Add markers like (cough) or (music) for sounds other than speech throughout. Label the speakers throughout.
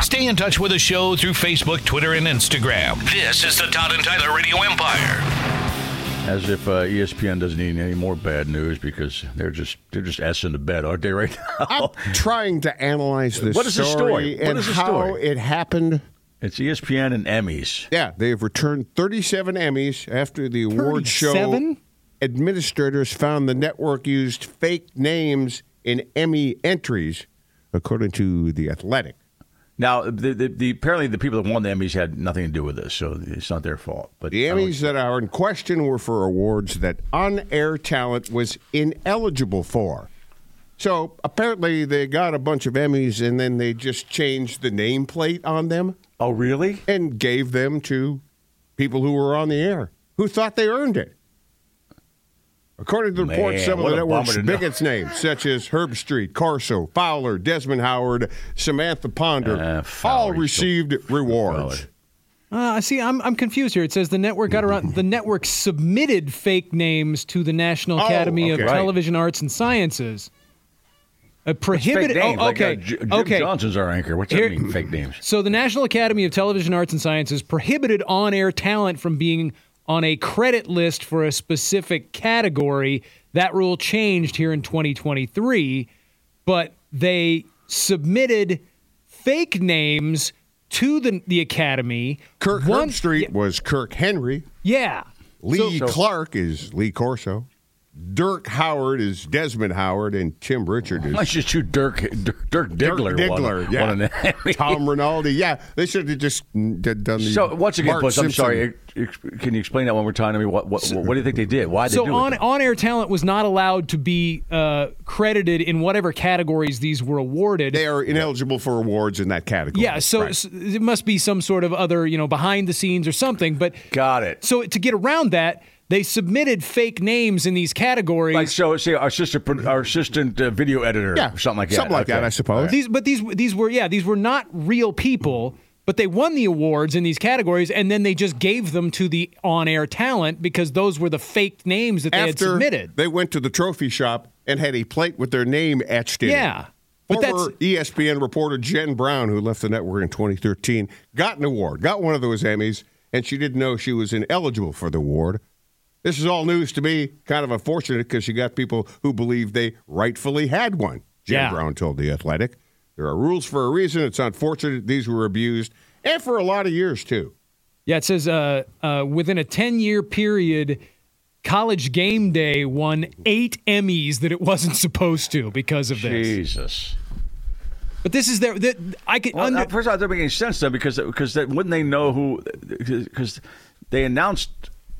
Speaker 1: Stay in touch with the show through Facebook, Twitter, and Instagram. This is the Todd and Tyler Radio Empire.
Speaker 2: As if uh, ESPN doesn't need any more bad news because they're just they're just essing to bed, aren't they? Right (laughs)
Speaker 3: I'm
Speaker 2: now,
Speaker 3: trying to analyze this
Speaker 2: Oh. What is the story? What
Speaker 3: and
Speaker 2: is the
Speaker 3: how
Speaker 2: story?
Speaker 3: it happened.
Speaker 2: it's E ESPN and Emmys.
Speaker 3: Yeah, they have returned 37 Emmys after the award show
Speaker 4: 37?
Speaker 3: administrators found the network used fake names in Emmy entries, according to The Athletic.
Speaker 2: Now, the, the, the apparently the people that won the Emmys had nothing to do with this, so it's not their fault. But
Speaker 3: The
Speaker 2: I don't-
Speaker 3: Emmys that are in question were for awards that on air talent was ineligible for. So apparently they got a bunch of Emmys and then they just changed the nameplate on them
Speaker 2: oh really?
Speaker 3: and gave them to people who were on the air who thought they earned it. According to the report,
Speaker 2: Man,
Speaker 3: some of
Speaker 2: what
Speaker 3: the
Speaker 2: a
Speaker 3: network's
Speaker 2: bummer to know.
Speaker 3: biggest names, such as Herb Street, Carso, Fowler, Desmond Howard, Samantha Ponder,
Speaker 2: Uh,
Speaker 3: all
Speaker 2: Fowler's so-
Speaker 3: received rewards.
Speaker 2: Fowler.
Speaker 4: Uh, see, I'm, I'm confused here. It says the network got around. The network submitted fake names to the National
Speaker 3: Oh,
Speaker 4: Academy
Speaker 3: okay.
Speaker 4: of
Speaker 3: Right.
Speaker 4: Television Arts and Sciences. A prohibited.
Speaker 2: fake names.
Speaker 4: oh,
Speaker 2: like,
Speaker 4: okay.
Speaker 2: uh, J- Jim
Speaker 4: okay.
Speaker 2: Johnson's our anchor. What's
Speaker 4: Here-
Speaker 2: that mean? Fake names.
Speaker 4: So the National Academy of Television Arts and Sciences prohibited on-air talent from being on a credit list for a specific category. That rule changed here in 2023, but they submitted fake names to the the academy.
Speaker 3: Kirk
Speaker 4: One-
Speaker 3: Herb Street was Kirk Henry.
Speaker 4: Yeah.
Speaker 3: Lee
Speaker 2: So-
Speaker 3: Clark is Lee Corso. Dirk Howard is Desmond Howard, and Tim Richard is
Speaker 2: Why should you Dirk Dirk, Dirk
Speaker 3: Dirk
Speaker 2: Diggler?
Speaker 3: Diggler.
Speaker 2: won-
Speaker 3: yeah.
Speaker 2: won an (laughs) Emmy?
Speaker 3: Tom Rinaldi. Yeah, they should have just n- d- done the.
Speaker 2: So once again,
Speaker 3: Bart
Speaker 2: Buzz, I'm
Speaker 3: Simpson.
Speaker 2: sorry. ex- Can you explain that one more time to me? What what, what do you think they did? Why did they
Speaker 4: So
Speaker 2: do
Speaker 4: on
Speaker 2: it?
Speaker 4: on air talent was not allowed to be uh, credited in whatever categories these were awarded.
Speaker 3: They are ineligible for awards in that category.
Speaker 4: yeah, so
Speaker 3: Right.
Speaker 4: s it must be some sort of other, you know, behind the scenes or something. But
Speaker 2: Got it.
Speaker 4: so to get around that, they submitted fake names in these categories.
Speaker 2: Like so, say our assistant, pro- our assistant uh, video editor,
Speaker 3: Yeah,
Speaker 2: or something like that.
Speaker 3: something like that,
Speaker 2: Okay.
Speaker 3: I suppose.
Speaker 2: All right.
Speaker 4: these, but these these were yeah, these were not real people. But they won the awards in these categories, and then they just gave them to the on-air talent because those were the faked names that they had
Speaker 3: after
Speaker 4: submitted.
Speaker 3: they went to the trophy shop and had a plate with their name etched in.
Speaker 4: Yeah,
Speaker 3: it.
Speaker 4: but that's-
Speaker 3: Former E ESPN reporter Jen Brown, who left the network in 2013, got an award, got one of those Emmys, and she didn't know she was ineligible for the award. This is all news to me, kind of unfortunate because you got people who believe they rightfully had one, Jen
Speaker 4: Yeah.
Speaker 3: Brown told The Athletic. There are rules for a reason. It's unfortunate these were abused, and for a lot of years, too.
Speaker 4: Yeah, it says uh, uh, within a 10 year period, College Game Day won eight Emmys that it wasn't (laughs) supposed to because of this.
Speaker 2: Jesus.
Speaker 4: But this is their. That I could.
Speaker 2: Well,
Speaker 4: under-
Speaker 2: now, first of all, it doesn't make any sense though, because because that, wouldn't they know who? Because they announced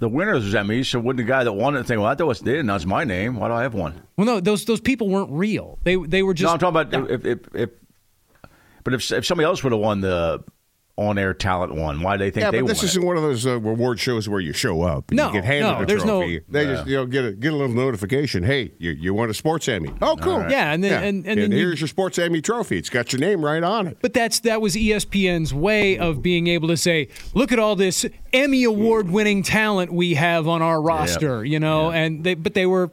Speaker 2: the winners was Emmy, so wouldn't the guy that won it think, well, I thought was, they didn't announce my name. Why do I have one?
Speaker 4: well, no, those those people weren't real. They they were just.
Speaker 2: no, I'm talking about if, if, if but if if somebody else would have won the on-air talent one, why do they think
Speaker 3: Yeah,
Speaker 2: they
Speaker 3: but this
Speaker 2: won?
Speaker 3: isn't
Speaker 2: it?
Speaker 3: one of those uh, award shows where you show up and
Speaker 4: No,
Speaker 3: you get handed
Speaker 4: no,
Speaker 3: a
Speaker 4: there's no-
Speaker 3: trophy. they just you know get a get a little notification. Hey, you you won a sports Emmy? Oh, cool.
Speaker 4: Yeah, and then- and- and then you-
Speaker 3: here's your sports Emmy trophy. It's got your name right on it.
Speaker 4: But that's that was E ESPN's way of being able to say, look at all this Emmy award winning talent we have on our roster, you know, and they but they were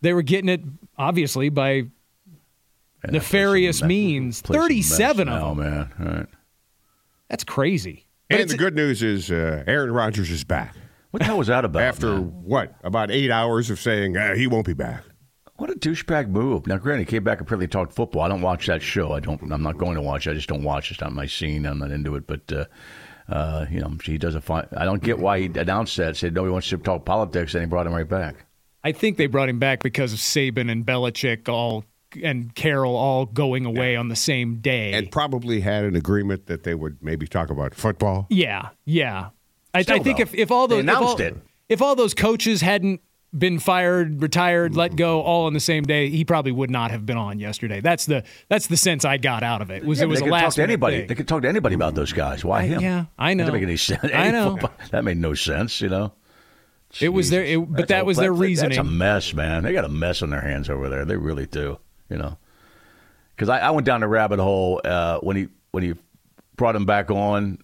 Speaker 4: they were getting it obviously by nefarious means.
Speaker 2: Place some
Speaker 4: Thirty seven
Speaker 2: mess
Speaker 4: of
Speaker 2: now,
Speaker 4: them.
Speaker 2: man. All right.
Speaker 4: That's crazy. But
Speaker 3: and
Speaker 4: it's-
Speaker 3: the good news is uh, Aaron Rodgers is back
Speaker 2: What the hell was that about?
Speaker 3: after
Speaker 2: Oh, man?
Speaker 3: what about eight hours of saying uh, he won't be back.
Speaker 2: What a douchebag move! Now, granted, he came back and apparently talked football. I don't watch that show. I don't. I'm not going to watch. it. I just don't watch. It's not my scene. I'm not into it. But uh, uh, you know, he does a fine. I don't get why he announced that. Said nobody wants to talk politics, and he brought him right back.
Speaker 4: I think they brought him back because of Saban and Belichick all and Carroll all going away on the same day.
Speaker 3: and probably had an agreement that they would maybe talk about football.
Speaker 4: yeah, yeah. I, I
Speaker 2: Still,
Speaker 4: think
Speaker 2: though,
Speaker 4: if, if all
Speaker 2: they
Speaker 4: those if all,
Speaker 2: announced it.
Speaker 4: if all those coaches hadn't been fired, retired,
Speaker 2: Mm-hmm.
Speaker 4: let go all on the same day, he probably would not have been on yesterday. That's the that's the sense I got out of it. Was
Speaker 2: Yeah,
Speaker 4: it
Speaker 2: but
Speaker 4: was
Speaker 2: they
Speaker 4: a
Speaker 2: could
Speaker 4: last
Speaker 2: talk to
Speaker 4: minute
Speaker 2: anybody.
Speaker 4: thing.
Speaker 2: They could talk to anybody about those guys. Why him?
Speaker 4: yeah, I know.
Speaker 2: Doesn't make any sense.
Speaker 4: I
Speaker 2: Any
Speaker 4: know.
Speaker 2: football- that made no sense. You know.
Speaker 4: It was their-
Speaker 2: Jesus.
Speaker 4: it- but
Speaker 2: That's
Speaker 4: that
Speaker 2: a-
Speaker 4: was their reasoning.
Speaker 2: That's a mess, man. They got a mess on their hands over there. They really do. You know. Because I, I went down the rabbit hole uh, when he when he brought him back on,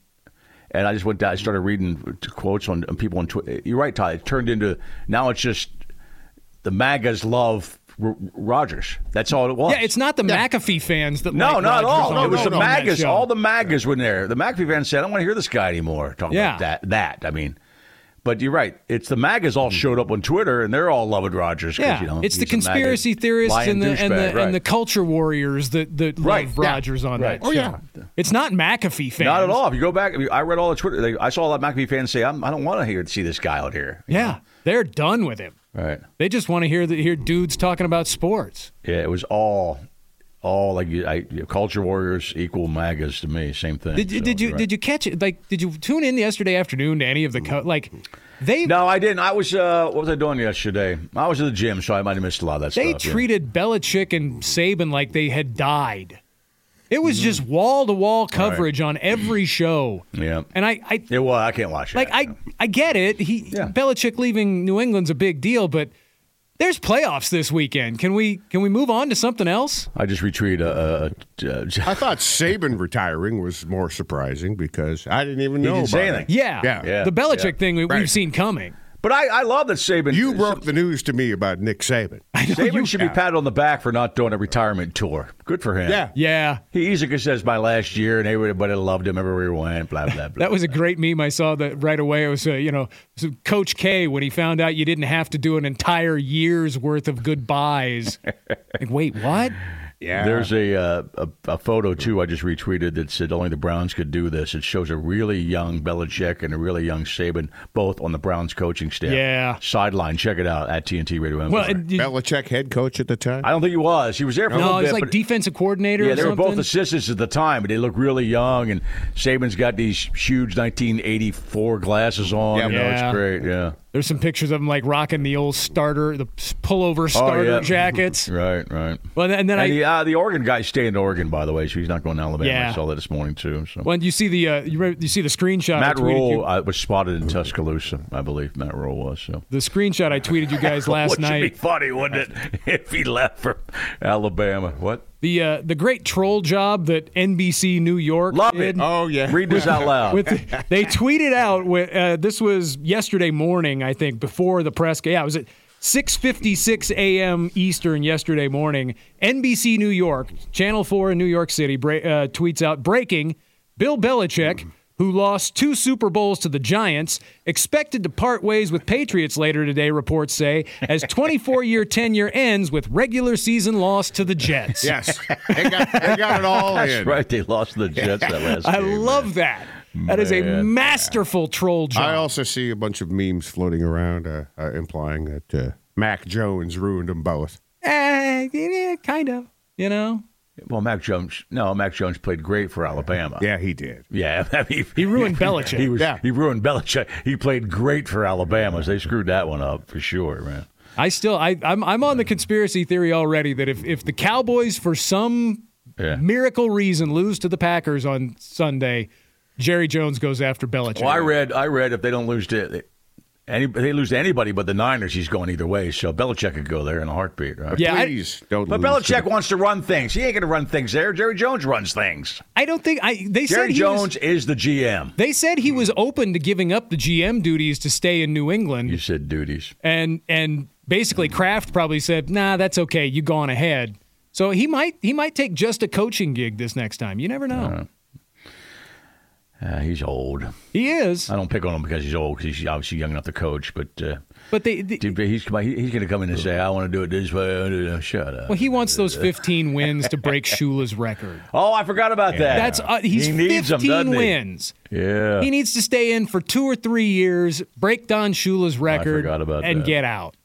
Speaker 2: and I just went down. I started reading quotes on, on people on Twitter. You're right, Todd. It turned into now it's just the MAGAs love R- Rogers. That's all it was.
Speaker 4: Yeah, it's not the McAfee fans that
Speaker 2: No,
Speaker 4: like
Speaker 2: not at
Speaker 4: Rodgers
Speaker 2: all.
Speaker 4: on
Speaker 2: it was the
Speaker 4: on that
Speaker 2: MAGAs.
Speaker 4: show.
Speaker 2: All the MAGAs were there. The McAfee fans said, I don't want to hear this guy anymore talking
Speaker 4: Yeah.
Speaker 2: about that. That, I mean. But you're right. It's the MAGAs all showed up on Twitter, and they're all loving Rogers. 'cause,
Speaker 4: Hmm. Yeah,
Speaker 2: you know,
Speaker 4: it's the
Speaker 2: he's a MAGA
Speaker 4: conspiracy theorists
Speaker 2: lying
Speaker 4: and the and the,
Speaker 2: douchebag, right.
Speaker 4: and the culture warriors that that
Speaker 2: Right,
Speaker 4: love
Speaker 2: yeah,
Speaker 4: Rogers on
Speaker 2: right.
Speaker 4: that.
Speaker 2: Oh,
Speaker 4: show.
Speaker 3: yeah.
Speaker 4: it's not McAfee fans.
Speaker 2: Not at all. If you go back, I read all the Twitter. They, I saw a lot of McAfee fans say, I'm, "I don't want to hear see this guy out here."
Speaker 4: Yeah, they're done with him.
Speaker 2: Right.
Speaker 4: They just want to hear the, hear dudes talking about sports.
Speaker 2: Yeah. It was all, all like you- I, you know, culture warriors equal MAGAs to me. Same thing.
Speaker 4: Did, you
Speaker 2: So,
Speaker 4: did you
Speaker 2: you're right.
Speaker 4: did you catch it? Like, did you tune in yesterday afternoon to any of the co- like? They
Speaker 2: No, I didn't. I was. Uh, what was I doing yesterday? I was at the gym, so I might have missed a lot of that
Speaker 4: they
Speaker 2: stuff. yeah.
Speaker 4: treated Belichick and Saban like they had died. It
Speaker 2: Mm-hmm.
Speaker 4: was just wall to wall coverage on every show.
Speaker 2: Yeah.
Speaker 4: and I, I
Speaker 2: Yeah, well, I can't watch it.
Speaker 4: Like I, I get it. He
Speaker 2: Yeah.
Speaker 4: Belichick leaving New England's a big deal, but there's playoffs this weekend. Can we can we move on to something else?
Speaker 2: I just uh, retweeted a. a, a
Speaker 3: I thought Saban retiring was more surprising because I didn't even
Speaker 2: He
Speaker 3: know
Speaker 2: didn't say
Speaker 3: about it.
Speaker 2: anything.
Speaker 4: Yeah,
Speaker 3: Yeah. Yeah.
Speaker 4: The Belichick
Speaker 2: Yeah.
Speaker 4: thing we,
Speaker 3: Right.
Speaker 4: we've seen coming. (laughs)
Speaker 2: but I, I love that Saban. (laughs)
Speaker 3: You broke the news to me about Nick
Speaker 4: (laughs)
Speaker 3: Saban.
Speaker 2: Saban should be patted on the back for not doing a retirement tour. Good for him.
Speaker 3: Yeah.
Speaker 4: Yeah,
Speaker 2: He easily says my last year, and everybody loved him everywhere he went. Blah (laughs) blah blah.
Speaker 4: that was a great meme I saw that right away. It was uh, you know so Coach K when he found out you didn't have to do an entire year's worth
Speaker 2: (laughs)
Speaker 4: of goodbyes. like wait, what?
Speaker 3: Yeah.
Speaker 2: There's a, uh, a a photo too I just retweeted that said only the Browns could do this. It shows a really young Belichick and a really young Saban both on the Browns coaching staff.
Speaker 4: Yeah.
Speaker 2: sideline. Check it out at TNT Radio.
Speaker 4: Well,
Speaker 2: Empire.
Speaker 4: and you-
Speaker 3: Belichick head coach at the time.
Speaker 2: I don't think he was. He was there for a
Speaker 4: no,
Speaker 2: little
Speaker 4: it was
Speaker 2: bit.
Speaker 4: like
Speaker 2: but-
Speaker 4: defensive coordinator.
Speaker 2: Yeah,
Speaker 4: or
Speaker 2: they were both
Speaker 4: something.
Speaker 2: assistants at the time, but they look really young. And Saban's got these huge 1984 glasses on.
Speaker 3: Yeah.
Speaker 2: you know,
Speaker 4: Yeah.
Speaker 2: it's great. Yeah,
Speaker 4: There's some pictures of him like rocking the old starter, the pullover starter
Speaker 2: Oh, yeah. (laughs)
Speaker 4: jackets.
Speaker 2: right, right.
Speaker 4: Well, and then I,
Speaker 2: and the, uh, the Oregon guy stayed in Oregon, by the way, so he's not going to Alabama.
Speaker 4: Yeah.
Speaker 2: I saw that this morning too. So
Speaker 4: when you see the uh, you, re- you see the screenshot. I
Speaker 2: Matt
Speaker 4: tweeted
Speaker 2: Rule
Speaker 4: you,
Speaker 2: uh, was spotted in Tuscaloosa, I believe. Matt Rule was so.
Speaker 4: the screenshot
Speaker 2: (laughs)
Speaker 4: I tweeted you guys last
Speaker 2: Would be
Speaker 4: night.
Speaker 2: funny, wouldn't it, (laughs) if he left for Alabama? What?
Speaker 4: The uh, the great troll job that NBC New York
Speaker 2: Love it.
Speaker 4: did.
Speaker 3: Oh, yeah.
Speaker 2: Read this out loud. (laughs)
Speaker 4: With the- (laughs) they tweeted out with, uh, this was yesterday morning, I think, before the press. Yeah, it was at 6:56 a.m. Eastern yesterday morning. NBC New York, Channel 4 in New York City, bra- uh, tweets out breaking: Bill Belichick, who lost two Super Bowls to the Giants, expected to part ways with Patriots later today. Reports say as 24-year tenure ends with regular season loss to the Jets.
Speaker 3: yes. (laughs) They got, they got it all in.
Speaker 2: That's right. They lost to the Jets that last
Speaker 4: (laughs) I
Speaker 2: game. man.
Speaker 4: love that. That is a
Speaker 2: Man.
Speaker 4: masterful troll job.
Speaker 3: I also see a bunch of memes floating around uh, uh, implying that uh, Mac Jones ruined them both.
Speaker 4: Eh, yeah, kind of. You know,
Speaker 2: Well, Mac Jones. No, Mac Jones played great for Alabama.
Speaker 3: Yeah, he did.
Speaker 2: Yeah, (laughs) I mean,
Speaker 4: he ruined Belichick.
Speaker 2: he was
Speaker 3: Yeah.
Speaker 2: he ruined Belichick. He played great for Alabama. So they screwed that one up for sure, man.
Speaker 4: I still, I, I'm, I'm on the conspiracy theory already that if, if the Cowboys for some
Speaker 2: Yeah.
Speaker 4: miracle reason lose to the Packers on Sunday, Jerry Jones goes after Belichick.
Speaker 2: Well, I read I read if they don't lose to any they lose to anybody but the Niners, he's going either way. So Belichick could go there in a heartbeat, right?
Speaker 4: Yeah, I-
Speaker 3: Please don't
Speaker 2: But
Speaker 3: lose to
Speaker 2: Belichick wants to run things. He ain't going to run things there. Jerry Jones runs things.
Speaker 4: I don't think I. They
Speaker 2: Jerry
Speaker 4: said he was-
Speaker 2: Jones is the GM.
Speaker 4: they said he was open to giving up the GM duties to stay in New England,
Speaker 2: You said duties.
Speaker 4: and and basically Kraft probably said, "Nah, that's okay. You go on ahead." So he might he might take just a coaching gig this next time. You never know.
Speaker 2: Uh, he's old.
Speaker 4: He is.
Speaker 2: I don't pick on him because he's old. 'cause he's obviously young enough to coach. But uh,
Speaker 4: But they, they-
Speaker 2: dude, he's come out- he- he's going to come in and say, "I want to do it this way." I wanna do it- Shut up.
Speaker 4: well, he wants those 15 wins to break Shula's record.
Speaker 2: Oh, I forgot about that.
Speaker 4: That's uh, he's
Speaker 2: he needs 'em,
Speaker 4: 15
Speaker 2: doesn't he?
Speaker 4: wins.
Speaker 2: Yeah.
Speaker 4: He needs to stay in for two or three years, break Don Shula's record,
Speaker 2: forgot about
Speaker 4: and
Speaker 2: that.
Speaker 4: get out.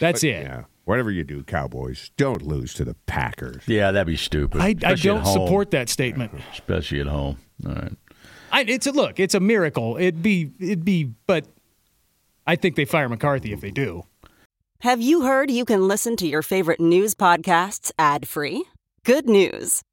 Speaker 4: That's it.
Speaker 3: Yeah. Whatever you do, Cowboys, don't lose to the Packers.
Speaker 2: Yeah, that'd be stupid.
Speaker 4: I, I
Speaker 2: Especially at
Speaker 4: don't
Speaker 2: home.
Speaker 4: support that statement.
Speaker 2: Especially at home. All right.
Speaker 4: I, it's a look. It's a miracle. It'd be. It'd be. But I think they fire McCarthy if they do.
Speaker 5: Have you heard you can listen to your favorite news podcasts ad free? Good news!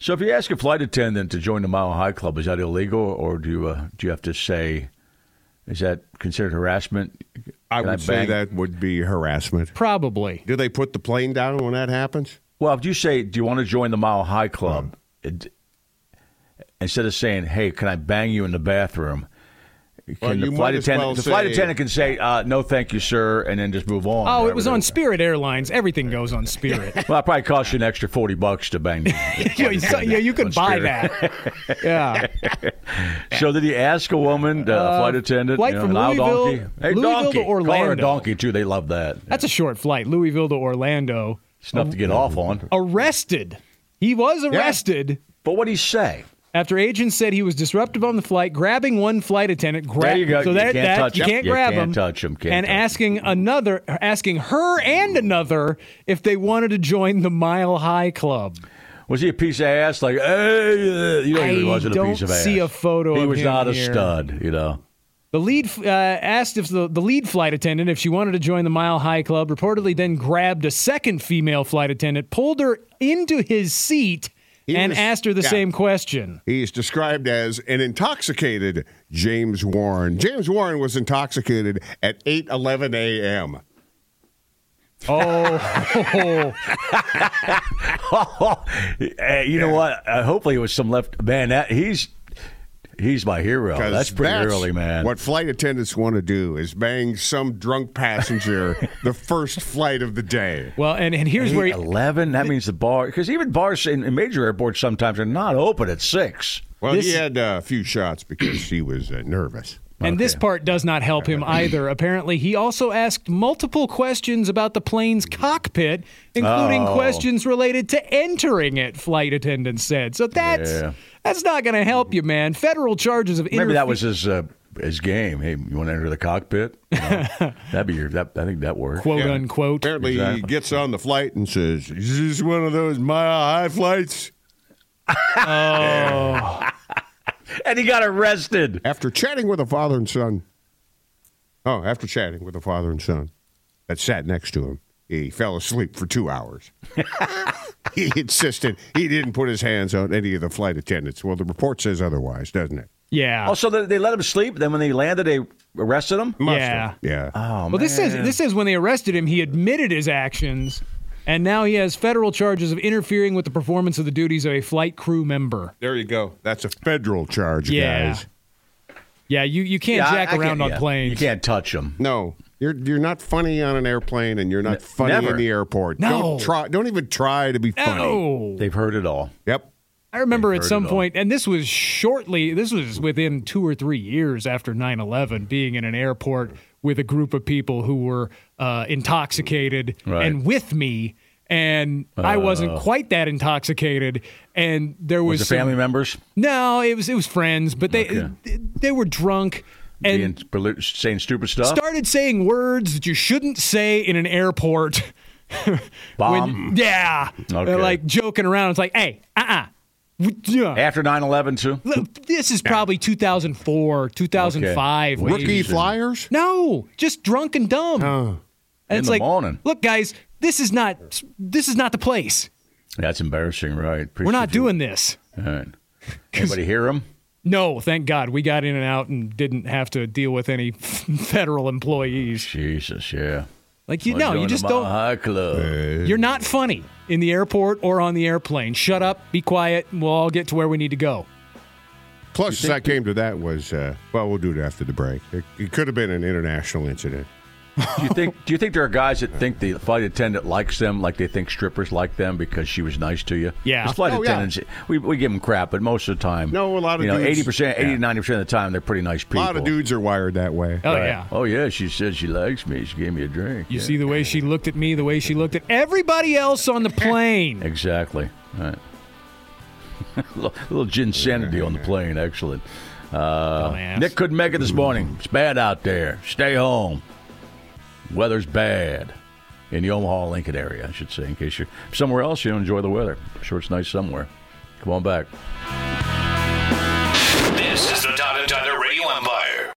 Speaker 2: So if you ask a flight attendant to join the Mile High Club, is that illegal, or do you uh, do you have to say, is that considered harassment?
Speaker 3: I
Speaker 2: Can
Speaker 3: would say
Speaker 2: bang-
Speaker 3: that would be harassment.
Speaker 4: Probably.
Speaker 3: Do they put the plane down when that happens?
Speaker 2: Well, if you say, do you want to join the Mile High Club, it, instead of saying, hey, can I bang you in the bathroom? Can
Speaker 3: Well,
Speaker 2: the
Speaker 3: you
Speaker 2: flight
Speaker 3: might as
Speaker 2: attendant,
Speaker 3: well
Speaker 2: the flight
Speaker 3: say-
Speaker 2: attendant can say, uh, no, thank you, sir, and then just move on.
Speaker 4: Oh, it was
Speaker 2: Whatever
Speaker 4: on
Speaker 2: the-
Speaker 4: Spirit Airlines. Everything goes on Spirit.
Speaker 2: Well, it probably cost you an extra forty bucks to
Speaker 4: (laughs)
Speaker 2: bang. the- the
Speaker 4: yeah,
Speaker 2: flight
Speaker 4: you, so-
Speaker 2: attendant
Speaker 4: yeah, you
Speaker 2: on
Speaker 4: could buy
Speaker 2: Spirit.
Speaker 4: that. Yeah.
Speaker 2: So did he ask a woman, uh, flight attendant,
Speaker 4: flight
Speaker 2: you know,
Speaker 4: from
Speaker 2: an aisle
Speaker 4: Louisville-
Speaker 2: donkey? Hey,
Speaker 4: Louisville
Speaker 2: donkey.
Speaker 4: to
Speaker 2: Call her a
Speaker 4: Orlando.
Speaker 2: donkey too. They love that.
Speaker 4: That's a short flight, Louisville to Orlando.
Speaker 2: It's enough to get
Speaker 4: Mm-hmm.
Speaker 2: off on.
Speaker 4: Arrested. He was arrested
Speaker 2: But what would he say?
Speaker 4: after agents said he was disruptive on the flight, grabbing one flight attendant. Grab,
Speaker 2: There you go.
Speaker 4: So
Speaker 2: You
Speaker 4: that,
Speaker 2: can't
Speaker 4: that-
Speaker 2: touch
Speaker 4: you
Speaker 2: him.
Speaker 4: can't
Speaker 2: You
Speaker 4: grab
Speaker 2: can't
Speaker 4: him.
Speaker 2: touch him. Can't
Speaker 4: and
Speaker 2: touch him.
Speaker 4: asking another, asking her and another if they wanted to join the Mile High Club.
Speaker 2: Was he a piece of ass? Like, hey, uh," you know, he
Speaker 4: I
Speaker 2: wasn't a
Speaker 4: don't
Speaker 2: piece of ass.
Speaker 4: see a photo
Speaker 2: He
Speaker 4: of
Speaker 2: was
Speaker 4: him
Speaker 2: not
Speaker 4: here.
Speaker 2: a stud, you know. (laughs)
Speaker 4: The lead uh, asked if the, the lead flight attendant if she wanted to join the Mile High Club. Reportedly, then grabbed a second female flight attendant, pulled her into his seat,
Speaker 3: He
Speaker 4: and
Speaker 3: was-
Speaker 4: asked her the
Speaker 3: yeah.
Speaker 4: same question.
Speaker 3: He's described as an intoxicated James Warren. James Warren was intoxicated at 8:11 a.m.
Speaker 4: Oh, (laughs)
Speaker 2: Eh, you know what? Uh, hopefully, it was some left man. That, he's he's my hero.
Speaker 3: 'Cause
Speaker 2: Oh, That's pretty
Speaker 3: that's
Speaker 2: early, man.
Speaker 3: What flight attendants want to do is bang some
Speaker 2: (laughs)
Speaker 3: drunk passenger the first flight of the day.
Speaker 4: well, and, and here's where he,
Speaker 2: Eleven. That means the bar, because even bars in, in major airports sometimes are not open at six.
Speaker 3: Well, he had uh, a few shots because he was uh, nervous.
Speaker 4: and this part does not help him either. Apparently, he also asked multiple questions about the plane's cockpit, including
Speaker 2: Oh.
Speaker 4: questions related to entering it. Flight attendants said. So that's
Speaker 2: Yeah.
Speaker 4: that's not going to help you, man. Federal charges of
Speaker 2: Maybe that
Speaker 4: interfe-
Speaker 2: was his uh, his game. Hey, you want to enter the cockpit? You
Speaker 4: (laughs)
Speaker 2: know, that'd be your. That, I think that worked.
Speaker 4: quote unquote.
Speaker 3: Apparently, he gets on the flight and says, "Is this one of those mile high flights?"
Speaker 2: And he got arrested.
Speaker 3: After chatting with a father and son. Oh, after chatting with a father and son that sat next to him, he fell asleep for two
Speaker 2: (laughs)
Speaker 3: hours. he insisted he didn't put his hands on any of the flight attendants. Well, the report says otherwise, doesn't it?
Speaker 4: Yeah.
Speaker 2: Also, they, they let him sleep. Then when they landed, they arrested him.
Speaker 3: Must
Speaker 4: Yeah. Uh,
Speaker 3: have. Yeah.
Speaker 4: well, this says this says when they arrested him, he admitted his actions, and now he has federal charges of interfering with the performance of the duties of a flight crew member.
Speaker 3: there you go. That's a federal charge,
Speaker 4: Yeah.
Speaker 3: guys.
Speaker 4: Yeah, you, you can't
Speaker 2: Yeah, I-
Speaker 4: jack
Speaker 2: I
Speaker 4: around
Speaker 2: can't-
Speaker 4: on
Speaker 2: yeah.
Speaker 4: planes.
Speaker 2: You can't touch him.
Speaker 3: No. You're, you're not funny on an airplane and you're not funny
Speaker 2: never.
Speaker 3: in the airport.
Speaker 4: No.
Speaker 3: Don't try don't even try to be funny.
Speaker 4: No.
Speaker 2: They've heard it all.
Speaker 3: Yep.
Speaker 4: I remember at
Speaker 2: heard
Speaker 4: some
Speaker 2: it all.
Speaker 4: point, and this was shortly, this was within two or three years after 9 11, being in an airport with a group of people who were uh, intoxicated
Speaker 2: Right. Uh.
Speaker 4: and with me. And I wasn't quite that intoxicated. And there
Speaker 2: Was
Speaker 4: was,
Speaker 2: it
Speaker 4: some-
Speaker 2: family members
Speaker 4: No, it was it was friends, but they they, they were drunk and
Speaker 2: being belu- saying stupid stuff?
Speaker 4: started saying words that you shouldn't say in an airport. (laughs)
Speaker 2: Bomb
Speaker 4: yeah,
Speaker 2: Okay.
Speaker 4: They're, like joking around. It's like, hey, uh, uh yeah.
Speaker 2: after 9-11, too.
Speaker 4: Look, this is probably 2004, 2005.
Speaker 2: Okay.
Speaker 4: maybe.
Speaker 3: Rookie
Speaker 2: Asian.
Speaker 3: flyers?
Speaker 4: No, just drunk and dumb. and
Speaker 2: In
Speaker 4: it's
Speaker 2: the
Speaker 4: like,
Speaker 2: morning.
Speaker 4: look, guys, this is not this is not the place.
Speaker 2: That's embarrassing, right?
Speaker 4: We're
Speaker 2: Appreciate
Speaker 4: not
Speaker 2: you.
Speaker 4: (laughs) doing this.
Speaker 2: All right. Anybody hear him?
Speaker 4: No, thank God we got in and out and didn't have to deal with any (laughs) federal employees.
Speaker 2: Jesus, yeah.
Speaker 4: Like you know, you just don't.
Speaker 2: High club.
Speaker 4: You're not funny in the airport or on the airplane. Shut up, be quiet, and we'll all get to where we need to go.
Speaker 3: Closest I came to that was, uh, well, we'll do it after the break. It, it could have been an international incident.
Speaker 2: Do you think? Do you think there are guys that think the flight attendant likes them, like they think strippers like them because she was nice to you?
Speaker 4: Yeah.
Speaker 2: 'Cause flight
Speaker 3: Oh, yeah.
Speaker 2: attendants, we, we give them crap, but most of the time,
Speaker 3: No, a lot of
Speaker 2: you know,
Speaker 3: dudes-
Speaker 2: eighty percent,
Speaker 3: yeah.
Speaker 2: eighty ninety percent of the time, they're pretty nice
Speaker 3: A
Speaker 2: people.
Speaker 3: lot of dudes are wired that way.
Speaker 4: Oh yeah.
Speaker 2: Oh yeah, she said she likes me. She gave me a drink.
Speaker 4: You
Speaker 2: Yeah.
Speaker 4: see the way she looked at me, the way she looked at everybody
Speaker 2: (laughs)
Speaker 4: else on the plane.
Speaker 2: Exactly. All right. (laughs) a little- little ginsanity on the plane. Excellent. Uh,
Speaker 4: Dumbass.
Speaker 2: Nick couldn't make it this morning. It's bad out there. Stay home. Weather's bad in the Omaha Lincoln area, I should say. In case you're somewhere else, you don't enjoy the weather. I'm sure it's nice somewhere. Come on back.
Speaker 1: This is the